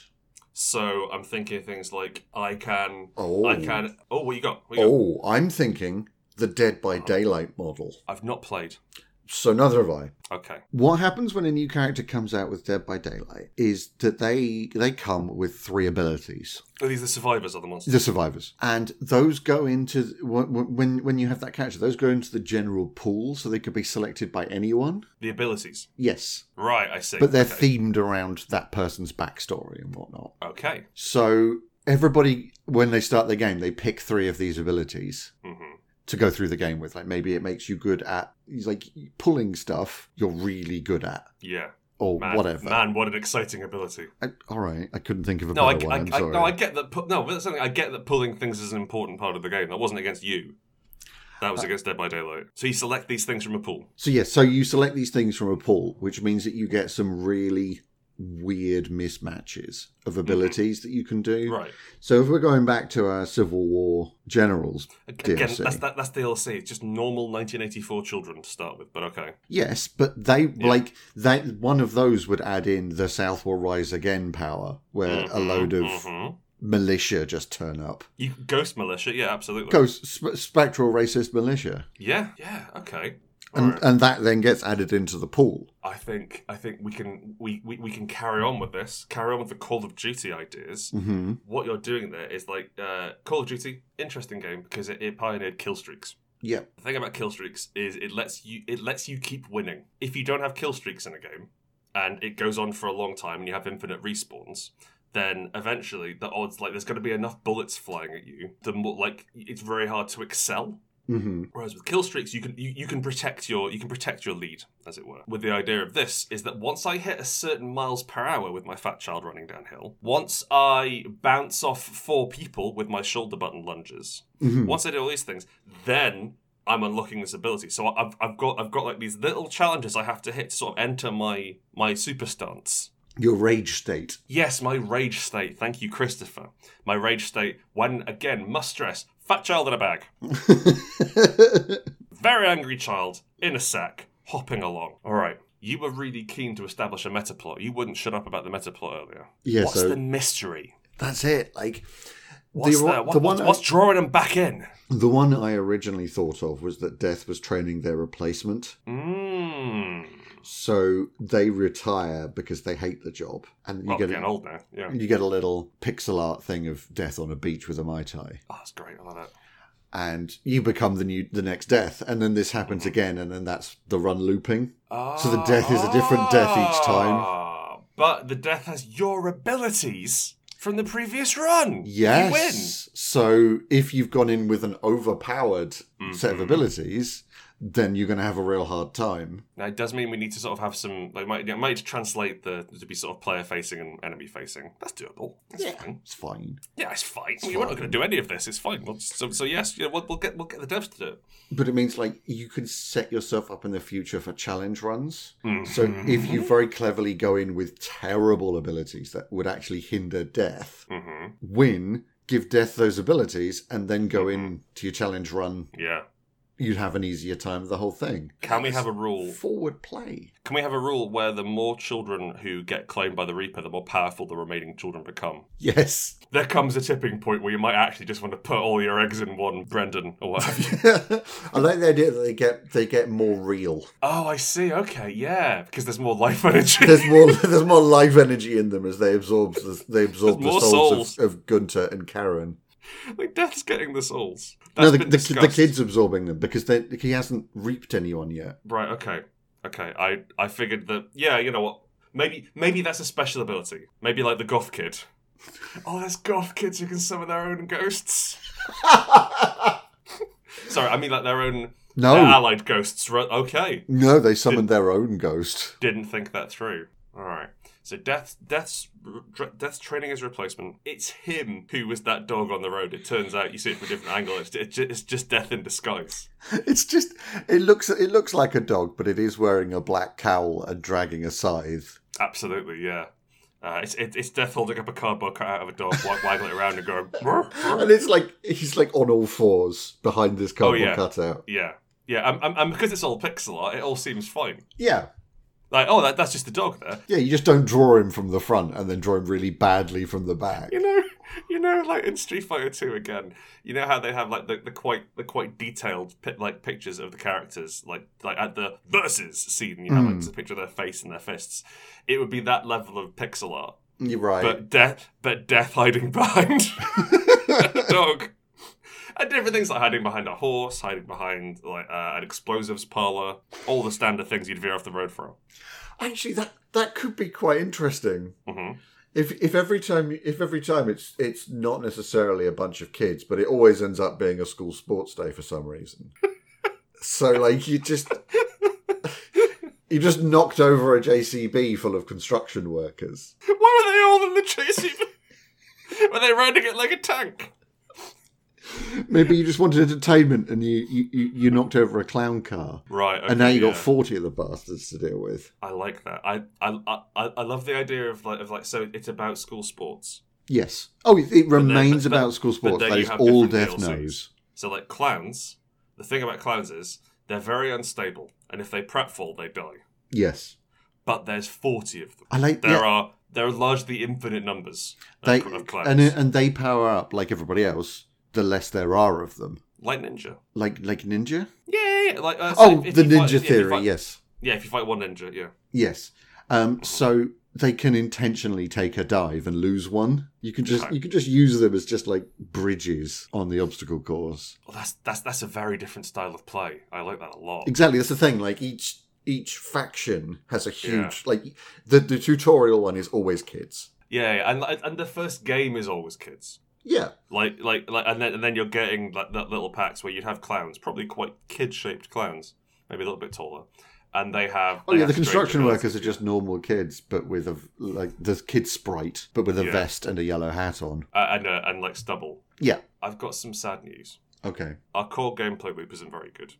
Speaker 1: So I'm thinking things like I can,
Speaker 2: Oh.
Speaker 1: I can. Oh, what you got? Oh. What you got?
Speaker 2: Oh, I'm thinking the Dead by Daylight model.
Speaker 1: I've not played.
Speaker 2: So neither have I.
Speaker 1: Okay.
Speaker 2: What happens when a new character comes out with Dead by Daylight is that they they come with three abilities.
Speaker 1: Are Oh, these the survivors or the monsters?
Speaker 2: The survivors, and those go into when when- when you have that character, those go into the general pool, so they could be selected by anyone.
Speaker 1: The abilities.
Speaker 2: Yes,
Speaker 1: Right, I see.
Speaker 2: but they're
Speaker 1: okay.
Speaker 2: themed around that person's backstory and whatnot.
Speaker 1: okay.
Speaker 2: So everybody, when they start their game, they pick three of these abilities.
Speaker 1: hmm
Speaker 2: to go through the game with. Like maybe it makes you good at like pulling stuff you're really good at
Speaker 1: Yeah.
Speaker 2: or
Speaker 1: Man,
Speaker 2: whatever.
Speaker 1: Man, what an exciting ability.
Speaker 2: I- all right, I couldn't think of a
Speaker 1: No, I,
Speaker 2: better
Speaker 1: I,
Speaker 2: one. I'm
Speaker 1: I-
Speaker 2: sorry.
Speaker 1: no, I get that. Pu- no, but that's something. I get that pulling things is an important part of the game. That wasn't against you. That
Speaker 2: Uh,
Speaker 1: was against Dead by Daylight. So you select these things from a pool.
Speaker 2: So yeah, so you select these things from a pool, which means that you get some really weird mismatches of abilities that you can do.
Speaker 1: Mm-hmm. Right.
Speaker 2: So if we're going back to our Civil War generals,
Speaker 1: Ag- Again,
Speaker 2: DLC.
Speaker 1: that's that, that's DLC. It's just normal 1984 children to start with. But okay.
Speaker 2: yes, but they like that one of those would add in the South will rise again power, where Uh, a
Speaker 1: Mhm,
Speaker 2: load of
Speaker 1: mhm.
Speaker 2: militia just turn up.
Speaker 1: You ghost militia. Yeah, absolutely.
Speaker 2: Ghost sp- spectral racist militia,
Speaker 1: Yeah. Yeah. Okay.
Speaker 2: and uh,
Speaker 1: Alright.
Speaker 2: and that then gets added into the pool.
Speaker 1: I think I think we can we, we, we can carry on with this. Carry on with the Call of Duty ideas.
Speaker 2: Mm-hmm.
Speaker 1: what you're doing there is like uh, Call of Duty, interesting game because it, it pioneered kill streaks.
Speaker 2: Yep.
Speaker 1: The thing about kill streaks is it lets you it lets you keep winning. If you don't have kill streaks in a game and it goes on for a long time and you have infinite respawns, then eventually the odds like there's going to be enough bullets flying at you. The more like it's very hard to excel.
Speaker 2: Mm-hmm.
Speaker 1: Whereas with kill streaks, you can you, you can protect your you can protect your lead, as it were. With the idea of this is that once I hit a certain miles per hour with my fat child running downhill, once I bounce off four people with my shoulder button lunges,
Speaker 2: Mm-hmm.
Speaker 1: once I do all these things, then I'm unlocking this ability. So I've, I've got I've got like these little challenges I have to hit to sort of enter my my super stance.
Speaker 2: Your rage state.
Speaker 1: Yes, my rage state. Thank you, Christopher. My rage state. When again, must stress, fat child in a bag. Very angry child in a sack, hopping along. All right. You were really keen to establish a meta plot. You wouldn't shut up about the meta plot earlier.
Speaker 2: yeah.
Speaker 1: What's
Speaker 2: so
Speaker 1: the mystery?
Speaker 2: That's it. Like
Speaker 1: What's,
Speaker 2: the,
Speaker 1: there? What,
Speaker 2: the one
Speaker 1: what's, what's drawing them back in?
Speaker 2: the one I originally thought of was that Death was training their replacement,
Speaker 1: Mm.
Speaker 2: so they retire because they hate the job, and you
Speaker 1: Well,
Speaker 2: get
Speaker 1: getting
Speaker 2: a,
Speaker 1: old now. Yeah.
Speaker 2: you get a little pixel art thing of Death on a beach with a mai tai,
Speaker 1: Oh, that's great. I love that.
Speaker 2: and you become the new the next Death, and then this happens again, and then that's the run looping. So the death is a different death each time.
Speaker 1: Ah, But the death has your abilities from the previous run.
Speaker 2: Yes.
Speaker 1: You win.
Speaker 2: So if you've gone in with an overpowered set of
Speaker 1: Mhm.
Speaker 2: abilities, then you're going to have a real hard time.
Speaker 1: Now it does mean we need to sort of have some like might it might translate the to be sort of player facing and enemy facing. That's doable. That's
Speaker 2: Yeah.
Speaker 1: fine.
Speaker 2: It's fine.
Speaker 1: Yeah, it's fine.
Speaker 2: It's
Speaker 1: We're not
Speaker 2: fine.
Speaker 1: going to do any of this. It's fine. We'll, so, so yes, yeah, we'll, we'll get we'll get the devs to do it.
Speaker 2: But it means like you can set yourself up in the future for challenge runs.
Speaker 1: Mhm.
Speaker 2: So if you very cleverly go in with terrible abilities that would actually hinder death,
Speaker 1: Mhm.
Speaker 2: win, give death those abilities, and then
Speaker 1: Mm-hmm.
Speaker 2: go in to your challenge run,
Speaker 1: yeah,
Speaker 2: you'd have an easier time of the whole thing.
Speaker 1: can we have a rule?
Speaker 2: forward play?
Speaker 1: Can we have a rule where the more children who get claimed by the Reaper, the more powerful the remaining children become?
Speaker 2: Yes.
Speaker 1: There comes a tipping point where you might actually just want to put all your eggs in one Brendan or whatever.
Speaker 2: I like the idea that they get they get more real.
Speaker 1: oh, I see. Okay, yeah, because there's more life energy.
Speaker 2: There's more there's more life energy in them as they absorb the, they absorb the
Speaker 1: There's more
Speaker 2: souls, Of, of Gunter and Karen.
Speaker 1: like death's getting the souls.
Speaker 2: No,
Speaker 1: That's
Speaker 2: the,
Speaker 1: been
Speaker 2: the, the
Speaker 1: discussed.
Speaker 2: kid's absorbing them because they, he hasn't reaped anyone yet.
Speaker 1: Right. Okay. Okay. I I figured that. Yeah. You know what? Maybe maybe that's a special ability. Maybe like the goth kid. Oh, there's goth kids who can summon their own ghosts. Sorry, I mean like their own
Speaker 2: no,
Speaker 1: their allied ghosts. Right? Okay.
Speaker 2: no, they summoned their own ghost.
Speaker 1: Didn't think that through. All right. So death, death's, dr- death's training is replacement. It's him who was that dog on the road. It turns out you see it from a different angle. It's, it's, ju- it's just death in disguise.
Speaker 2: It's just it looks it looks like a dog, but it is wearing a black cowl and dragging a scythe.
Speaker 1: Absolutely, yeah. Uh, it's, it's it's death holding up a cardboard cutout of a dog, wi- waggling it around and going. "Brr, brr."
Speaker 2: And it's like he's like on all fours behind this cardboard
Speaker 1: Oh, yeah.
Speaker 2: cutout.
Speaker 1: Yeah, yeah, and, and, and because it's all pixel art, it all seems fine.
Speaker 2: Yeah,
Speaker 1: Like, oh, that, that's just the dog there.
Speaker 2: Yeah, you just don't draw him from the front and then draw him really badly from the back.
Speaker 1: You know, you know, like in Street Fighter Two again. You know how they have like the, the quite the quite detailed pi- like pictures of the characters, like like at the versus scene. You have like,
Speaker 2: Mm.
Speaker 1: just a picture of their face and their fists. It would be that level of pixel art,
Speaker 2: You're right.
Speaker 1: but death, but death hiding behind. a dog. And different things like hiding behind a horse, hiding behind like uh, an explosives parlor, all the standard things you'd veer off the road from.
Speaker 2: Actually, that that could be quite interesting.
Speaker 1: hmm
Speaker 2: If if every time if every time it's it's not necessarily a bunch of kids, but it always ends up being a school sports day for some reason. so like you just you just knocked over a JCB full of construction workers.
Speaker 1: Why are they all in the JCB? Were they riding it like a tank?
Speaker 2: Maybe you just wanted entertainment and you you, you, you knocked over a clown car.
Speaker 1: Right. Okay,
Speaker 2: and now you
Speaker 1: yeah.
Speaker 2: got forty of the bastards to deal with.
Speaker 1: I like that. I, I I I love the idea of like of like so it's about school sports.
Speaker 2: Yes. Oh, it, it remains
Speaker 1: but-
Speaker 2: about school sports.
Speaker 1: then
Speaker 2: That
Speaker 1: you
Speaker 2: is
Speaker 1: have
Speaker 2: all Death
Speaker 1: different DLCs.
Speaker 2: knows.
Speaker 1: So like clowns, the thing about clowns is they're very unstable, and if they pratfall, they die.
Speaker 2: Yes.
Speaker 1: But there's forty of them.
Speaker 2: I like
Speaker 1: There
Speaker 2: yeah,
Speaker 1: are there are largely infinite numbers of,
Speaker 2: they,
Speaker 1: of clowns.
Speaker 2: and uh, and they power up like everybody else. The less there are of them,
Speaker 1: Like ninja.
Speaker 2: like like ninja.
Speaker 1: Yeah, yeah, yeah. Like, uh, so
Speaker 2: Oh,
Speaker 1: if- if
Speaker 2: the
Speaker 1: you fight- if
Speaker 2: ninja
Speaker 1: you
Speaker 2: theory.
Speaker 1: fight-
Speaker 2: Yes,
Speaker 1: Yeah, if you fight one ninja, yeah.
Speaker 2: yes. Um, so they can intentionally take a dive and lose one. You can just
Speaker 1: Okay.
Speaker 2: you can just use them as just like bridges on the obstacle course.
Speaker 1: Well, Oh, that's that's that's a very different style of play. I like that a lot.
Speaker 2: Exactly. That's the thing. Like each each faction has a
Speaker 1: Yeah.
Speaker 2: huge like the the tutorial one is always kids.
Speaker 1: Yeah, yeah, and like, and the first game is always kids.
Speaker 2: Yeah.
Speaker 1: Like like like, and then and then you're getting like that little packs where you'd have clowns, probably quite kid shaped clowns, maybe a little bit taller, and they have.
Speaker 2: Oh
Speaker 1: they
Speaker 2: yeah,
Speaker 1: have
Speaker 2: the
Speaker 1: strange
Speaker 2: construction
Speaker 1: abilities.
Speaker 2: workers are just normal kids, but with a like the kid sprite, but with a
Speaker 1: Yeah.
Speaker 2: vest and a yellow hat on.
Speaker 1: Uh, and uh, and like stubble.
Speaker 2: Yeah.
Speaker 1: I've got some sad news.
Speaker 2: Okay.
Speaker 1: Our core gameplay loop isn't very good.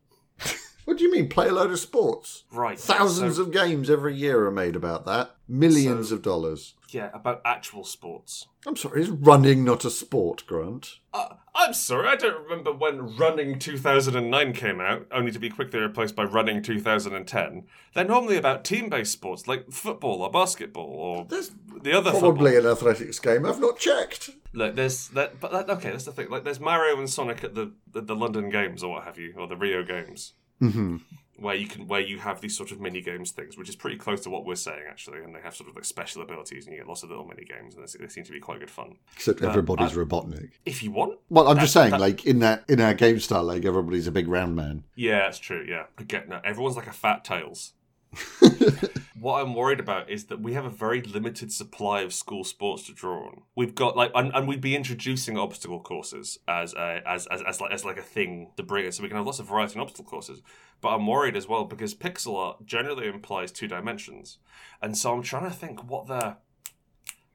Speaker 2: What do you mean, play a load of sports?
Speaker 1: Right.
Speaker 2: Thousands
Speaker 1: so-
Speaker 2: of games every year are made about that. Millions
Speaker 1: So-
Speaker 2: of dollars.
Speaker 1: Yeah, about actual sports.
Speaker 2: I'm sorry, is running not a sport, Grant?
Speaker 1: Uh, I'm sorry, I don't remember when Running 2009 came out, only to be quickly replaced by Running 2010. They're normally about team based sports like football or basketball or
Speaker 2: There's
Speaker 1: the other football.
Speaker 2: probably an athletics game. I've not checked.
Speaker 1: Look, there's that, but that, okay, that's the thing. Like, there's Mario and Sonic at the, the the London Games or what have you, or the Rio Games,
Speaker 2: Mm-hmm.
Speaker 1: where you can where you have these sort of mini games things, which is pretty close to what we're saying actually. And they have sort of like special abilities, and you get lots of little mini games, and they, they seem to be quite good fun
Speaker 2: Except
Speaker 1: Uh,
Speaker 2: everybody's Robotnik.
Speaker 1: if you want.
Speaker 2: Well, I'm just
Speaker 1: that-
Speaker 2: saying,
Speaker 1: that-
Speaker 2: like in that in our game style, like everybody's a big round man.
Speaker 1: Yeah, that's true. Yeah, I get no, everyone's like a fat tails. what I'm worried about is that we have a very limited supply of school sports to draw on. We've got like, and, and we'd be introducing obstacle courses as a as, as as like as like a thing to bring it, so we can have lots of variety in obstacle courses. But I'm worried as well because pixel art generally implies two dimensions, and so I'm trying to think what the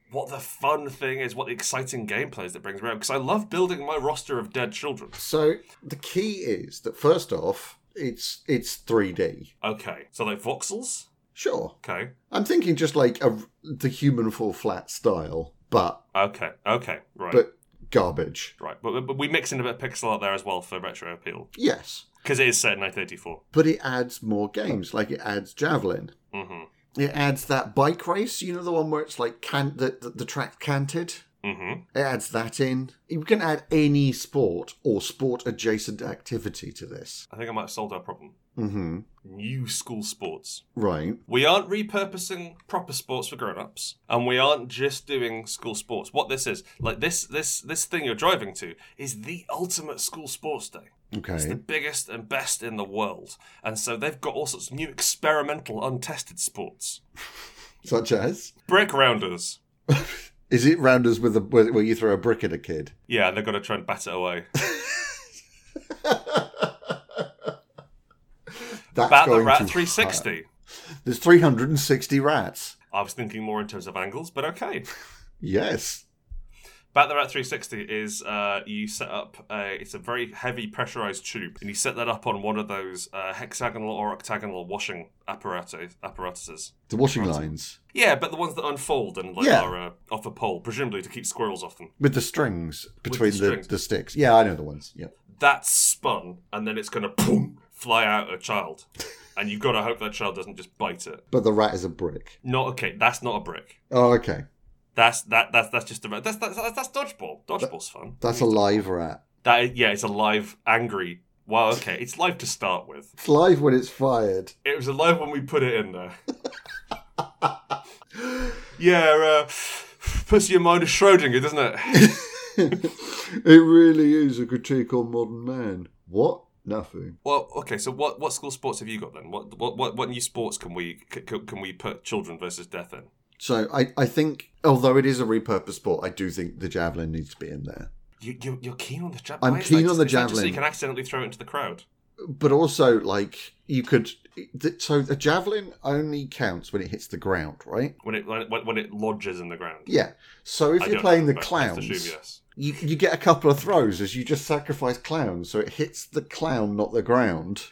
Speaker 1: what the fun thing is, what the exciting gameplay is that brings around. Because I love building my roster of dead children.
Speaker 2: So the key is that first off, it's it's 3D.
Speaker 1: Okay, so like voxels.
Speaker 2: Sure,
Speaker 1: Okay.
Speaker 2: I'm thinking just like a, the human fall flat style, but
Speaker 1: Okay, okay, right,
Speaker 2: but garbage.
Speaker 1: right. But, but we mix in a bit of pixel art there as well for retro appeal
Speaker 2: Yes,
Speaker 1: because it is set in 1984.
Speaker 2: but it adds more games. Like it adds javelin.
Speaker 1: Mm-hmm.
Speaker 2: It adds that bike race. You know the one where it's like can the the, the track canted.
Speaker 1: Mm-hmm.
Speaker 2: It adds that in. You can add any sport or sport adjacent activity to this.
Speaker 1: I think I might have solved our problem.
Speaker 2: Mm-hmm.
Speaker 1: New school sports.
Speaker 2: Right.
Speaker 1: We aren't repurposing proper sports for grown-ups, and we aren't just doing school sports. What this is, like this, this, this thing you're driving to, is the ultimate school sports day. It's the
Speaker 2: Okay.
Speaker 1: biggest and best in the world, and so they've got all sorts of new experimental, untested sports.
Speaker 2: Such as
Speaker 1: Brick rounders.
Speaker 2: is it rounders with a where, where you throw a brick at a kid?
Speaker 1: Yeah, they're gonna try and bat it away.
Speaker 2: That's
Speaker 1: Bat the
Speaker 2: going
Speaker 1: rat
Speaker 2: to
Speaker 1: 360.
Speaker 2: hurt. There's 360 rats.
Speaker 1: I was thinking more in terms of angles, but okay.
Speaker 2: Yes.
Speaker 1: Bat the Rat 360 is uh, you set up a, it's a very heavy pressurized tube, and you set that up on one of those uh, hexagonal or octagonal washing apparatus apparatuses.
Speaker 2: The washing lines
Speaker 1: Yeah, but the ones that unfold and like,
Speaker 2: Yeah.
Speaker 1: are uh, off a pole, presumably to keep squirrels off them.
Speaker 2: with the strings between the,
Speaker 1: strings.
Speaker 2: the sticks. Yeah, I know the ones. Yeah.
Speaker 1: That's spun, and then it's gonna boom, fly out a child, and you've got to hope that child doesn't just bite it.
Speaker 2: But the rat is a brick.
Speaker 1: Not okay. That's not a brick.
Speaker 2: Oh, okay.
Speaker 1: That's that. That's that's just a. That's that's that's, that's dodgeball. Dodgeball's fun.
Speaker 2: That's a live rat.
Speaker 1: That yeah, it's a live angry. Wow, okay, it's live to start with.
Speaker 2: It's live when it's fired.
Speaker 1: It was alive when we put it in there. yeah, uh, puts your mind to Schrodinger, doesn't it?
Speaker 2: it really is a critique on modern man. What? Nothing.
Speaker 1: well, okay, so what what school sports have you got then? What what what, what new sports can we can, can we put children versus death in?
Speaker 2: So I, I think, although it is a repurposed sport, I do think the javelin needs to be in there.
Speaker 1: You, you you're keen on the javelin.
Speaker 2: I'm
Speaker 1: Why is that?
Speaker 2: keen on the
Speaker 1: Is that just So you
Speaker 2: javelin.
Speaker 1: can accidentally throw it into the crowd.
Speaker 2: But also, like, you could. th- So the javelin only counts when it hits the ground, right?
Speaker 1: When it when it, when it lodges in the ground.
Speaker 2: Yeah. So if
Speaker 1: I
Speaker 2: you're
Speaker 1: don't
Speaker 2: playing
Speaker 1: know,
Speaker 2: the
Speaker 1: but I have
Speaker 2: clowns,
Speaker 1: to assume yes.
Speaker 2: you, you get a couple of throws as you just sacrifice clowns. So it hits the clown, not the ground.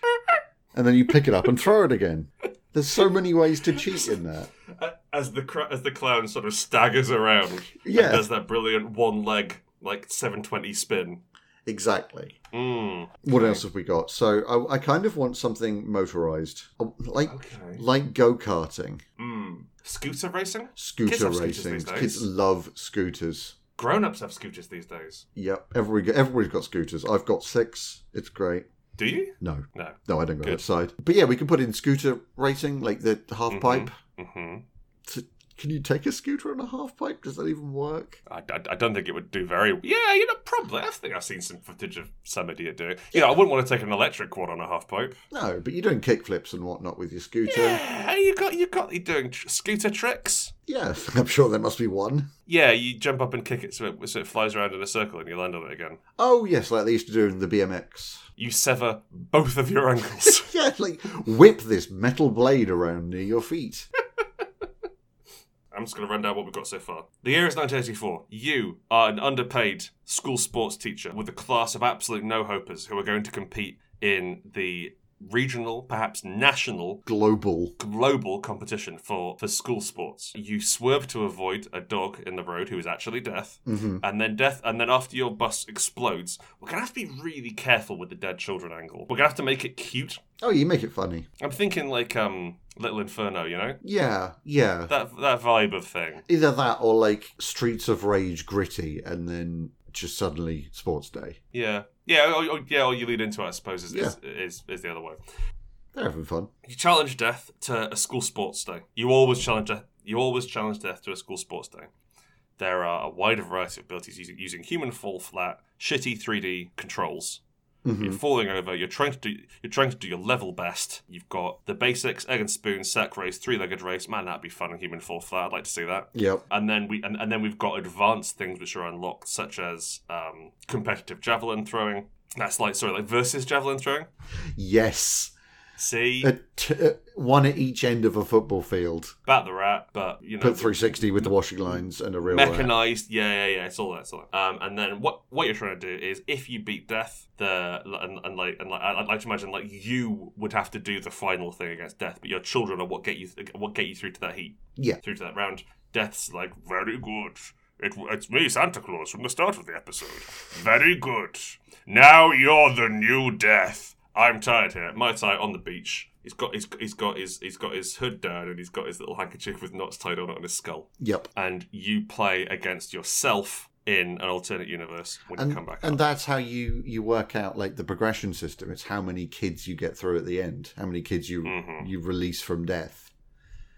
Speaker 2: And then you pick it up and throw it again. There's so many ways to cheat in that.
Speaker 1: A- As the cra- as the clown sort of staggers around,
Speaker 2: Yeah.
Speaker 1: and does that brilliant one leg like 720 spin.
Speaker 2: Exactly.
Speaker 1: Mm.
Speaker 2: What else have we got? So I, I kind of want something motorized, Oh, like
Speaker 1: Okay.
Speaker 2: like go karting,
Speaker 1: Mm. Scooter racing? Kids
Speaker 2: scooter
Speaker 1: have scooters
Speaker 2: racing.
Speaker 1: these days.
Speaker 2: Kids love scooters.
Speaker 1: Grown ups have scooters these days.
Speaker 2: Yep, everybody, everybody's got scooters. I've got six. It's great.
Speaker 1: Do you?
Speaker 2: No,
Speaker 1: No.
Speaker 2: no, I don't go
Speaker 1: Good.
Speaker 2: outside. But yeah, we can put in scooter racing, like the half pipe.
Speaker 1: hmm
Speaker 2: Can you take a scooter on a half pipe? Does that even work?
Speaker 1: I, I, I don't think it would do very Yeah, you know, probably. I think I've seen some footage of some idiot do it. You know, I wouldn't want to take an electric one on a half pipe.
Speaker 2: No, but you're doing kickflips and whatnot with your scooter. Yeah,
Speaker 1: Yeah, you got you got you doing tr- scooter tricks.
Speaker 2: I'm sure there must be one.
Speaker 1: Yeah, you jump up and kick it so, it so it flies around in a circle and you land on it again.
Speaker 2: Oh yes, like they used to do in the BMX.
Speaker 1: You sever both of your ankles.
Speaker 2: Yeah, like whip this metal blade around near your feet.
Speaker 1: I'm just going to run down what we've got so far. The year is 1984. You are an underpaid school sports teacher with a class of absolute no hopers who are going to compete in the regional, perhaps national,
Speaker 2: global.
Speaker 1: global competition for, for school sports. You swerve to avoid a dog in the road who is actually death,
Speaker 2: Mhm.
Speaker 1: and then death, and then after your bus explodes, we're gonna have to be really careful with the dead children angle. We're gonna have to make it cute.
Speaker 2: Oh, you make it funny.
Speaker 1: I'm thinking like um Little Inferno, you know
Speaker 2: Yeah, yeah.
Speaker 1: that that vibe of thing.
Speaker 2: Either that or like Streets of Rage gritty and then just suddenly sports day.
Speaker 1: Yeah, yeah, or, or- yeah. Or you lead into it, I suppose, is, is, is is the other way.
Speaker 2: They're having fun.
Speaker 1: You challenge death to a school sports day. You always challenge death. You always challenge death to a school sports day. There are a wide variety of abilities using, using human fall flat, shitty 3D controls.
Speaker 2: Mhm.
Speaker 1: You're falling over. You're trying to do. You're trying to do your level best. You've got the basics: egg and spoon, sack race, three-legged race. Man, that'd be fun in human fall flat. I'd like to see that.
Speaker 2: Yep.
Speaker 1: and then we and, and then we've got advanced things which are unlocked such as um, competitive javelin throwing that's like sorry like versus javelin throwing
Speaker 2: Yes.
Speaker 1: see
Speaker 2: A t- uh, one at each end of a football field.
Speaker 1: bat the rat but you know
Speaker 2: Put 360 with the washing lines and a real. uh, rat.
Speaker 1: mechanized yeah yeah yeah it's all that it's all that. um and then what what you're trying to do is if you beat death the and, and like and like I- i'd like to imagine like you would have to do the final thing against death but your children are what get you what get you through to that heat
Speaker 2: Yeah.
Speaker 1: through to that round death's like very good it, it's me santa claus from the start of the episode very good now you're the new death i'm tired here my tie on the beach he's got his he's got his he's got his hood down and he's got his little handkerchief with knots tied on it on his skull
Speaker 2: Yep.
Speaker 1: and you play against yourself in an alternate universe when you
Speaker 2: And,
Speaker 1: come back.
Speaker 2: and that's how you you work out like the progression system. It's how many kids you get through at the end, how many kids you
Speaker 1: Mhm.
Speaker 2: you release from death.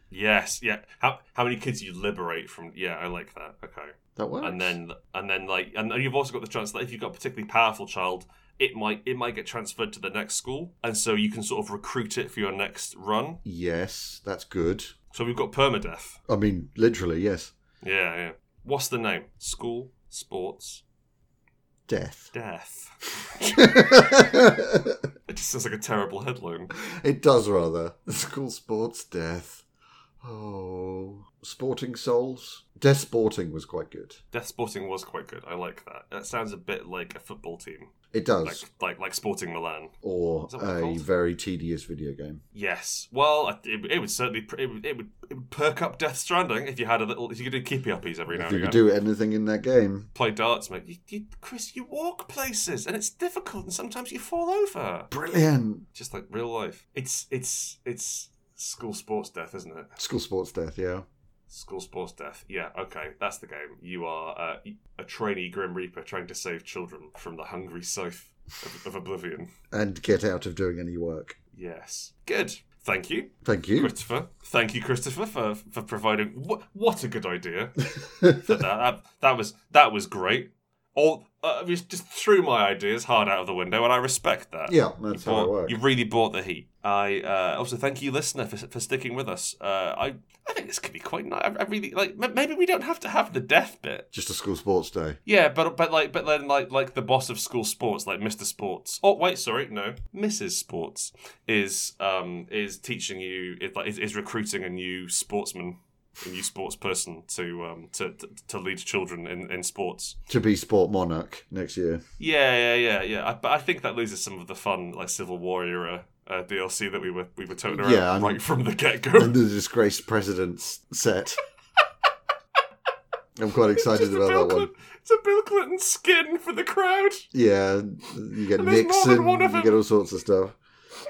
Speaker 1: yes, yeah. How how many kids you liberate from? Yeah, I like that. Okay,
Speaker 2: That works.
Speaker 1: and then and then like and you've also got the chance that if you've got a particularly powerful child, it might it might get transferred to the next school, and so you can sort of recruit it for your next run.
Speaker 2: yes, that's good.
Speaker 1: So we've got permadeath.
Speaker 2: I mean, literally, yes.
Speaker 1: Yeah, yeah. What's the name? School sports
Speaker 2: Death.
Speaker 1: death.
Speaker 2: it
Speaker 1: it just sounds like a terrible headline.
Speaker 2: does rather. School sports death. Oh, sporting souls. Death sporting was quite good.
Speaker 1: Death Sporting was quite good. I like that. That sounds a bit like a football team.
Speaker 2: It does,
Speaker 1: like like like Sporting Milan.
Speaker 2: or
Speaker 1: Is that what it's
Speaker 2: a
Speaker 1: called?
Speaker 2: very tedious video game.
Speaker 1: Yes. Well, I- it, it would certainly pr- it would, it would it would perk up Death Stranding if you had a little if you could do keepy uppies every now
Speaker 2: If
Speaker 1: and
Speaker 2: you could
Speaker 1: again.
Speaker 2: do anything in that game,
Speaker 1: Play darts, mate. You, you, Chris, you walk places, and it's difficult, and sometimes you fall over.
Speaker 2: brilliant.
Speaker 1: Just like real life. It's it's it's school sports death, isn't it?
Speaker 2: School sports death. Yeah.
Speaker 1: School sports death. Yeah. Okay, that's the game. You are uh, a trainee Grim Reaper trying to save children from the hungry scythe of, of oblivion.
Speaker 2: and get out of doing any work.
Speaker 1: Yes. Good. Thank you.
Speaker 2: Thank you.
Speaker 1: Christopher. Thank you, Christopher, for for providing. What, what a good idea! that, that that was that was great. All uh, just just threw my ideas hard out of the window, and I respect that.
Speaker 2: yeah, that's how it
Speaker 1: Bought-
Speaker 2: works.
Speaker 1: you really bought the heat. I uh, also thank you, listener, for, for sticking with us. Uh, I I think this could be quite nice. I, I really like. m- Maybe we don't have to have the death bit.
Speaker 2: Just a school sports day.
Speaker 1: Yeah, but but like but then like like the boss of school sports, like Mr. Sports. Oh wait, sorry, no, Mrs. Sports is um is teaching you is like is, is recruiting a new sportsman, a new sports person to um to to, to lead children in, in sports.
Speaker 2: To be sport monarch next year.
Speaker 1: Yeah, yeah, yeah, yeah. I, but I think that loses some of the fun like Civil War era uh, DLC that we were we were toting around
Speaker 2: Yeah, I mean-
Speaker 1: right from the get go.
Speaker 2: and the disgraced president's set. I'm quite excited about that one.
Speaker 1: It's a Bill Clinton skin for the crowd.
Speaker 2: Yeah, you get
Speaker 1: And there's more than
Speaker 2: Nixon,
Speaker 1: one of
Speaker 2: you
Speaker 1: them.
Speaker 2: get all sorts of stuff.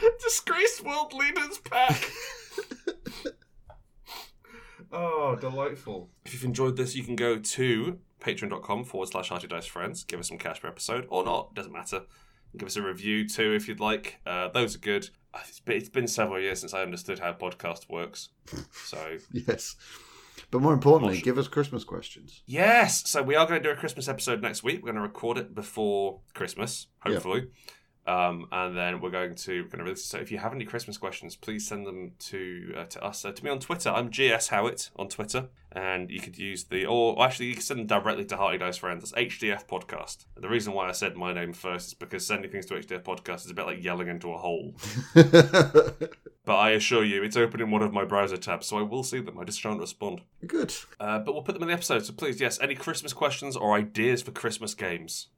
Speaker 1: Disgraced world leaders pack. oh, delightful. If you've enjoyed this, you can go to patreon.com forward slash hearty dice friends. Give us some cash per episode or not, doesn't matter. Give us a review too if you'd like. Uh, those are good. It's been, it's been several years since I understood how podcast works. So,
Speaker 2: Yes. But more importantly,
Speaker 1: Awesome.
Speaker 2: give us Christmas questions.
Speaker 1: yes. So, we are going to do a Christmas episode next week. We're going to record it before Christmas,
Speaker 2: Yeah.
Speaker 1: hopefully. Um, and then we're going to we're going to release. So if you have any Christmas questions, please send them to uh, to us. Uh, to me on Twitter, I'm GS Howitt on Twitter, and you could use the or actually you can send them directly to Hearty Dice Friends. That's HDF Podcast. The reason why I said my name first is because sending things to HDF Podcast is a bit like yelling into a hole.
Speaker 2: Good.
Speaker 1: but I assure you, it's open in one of my browser tabs, so I will see them. I just shan't respond. Uh, but we'll put them in the episode. So please, yes, any Christmas questions or ideas for Christmas games,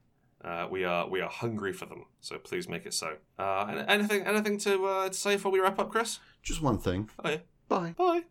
Speaker 1: Uh, we are we are hungry for them, so please make it so. Uh, and anything anything to, uh, to say before we wrap up, Chris?
Speaker 2: Just one thing.
Speaker 1: Oh yeah.
Speaker 2: Bye.
Speaker 1: Bye.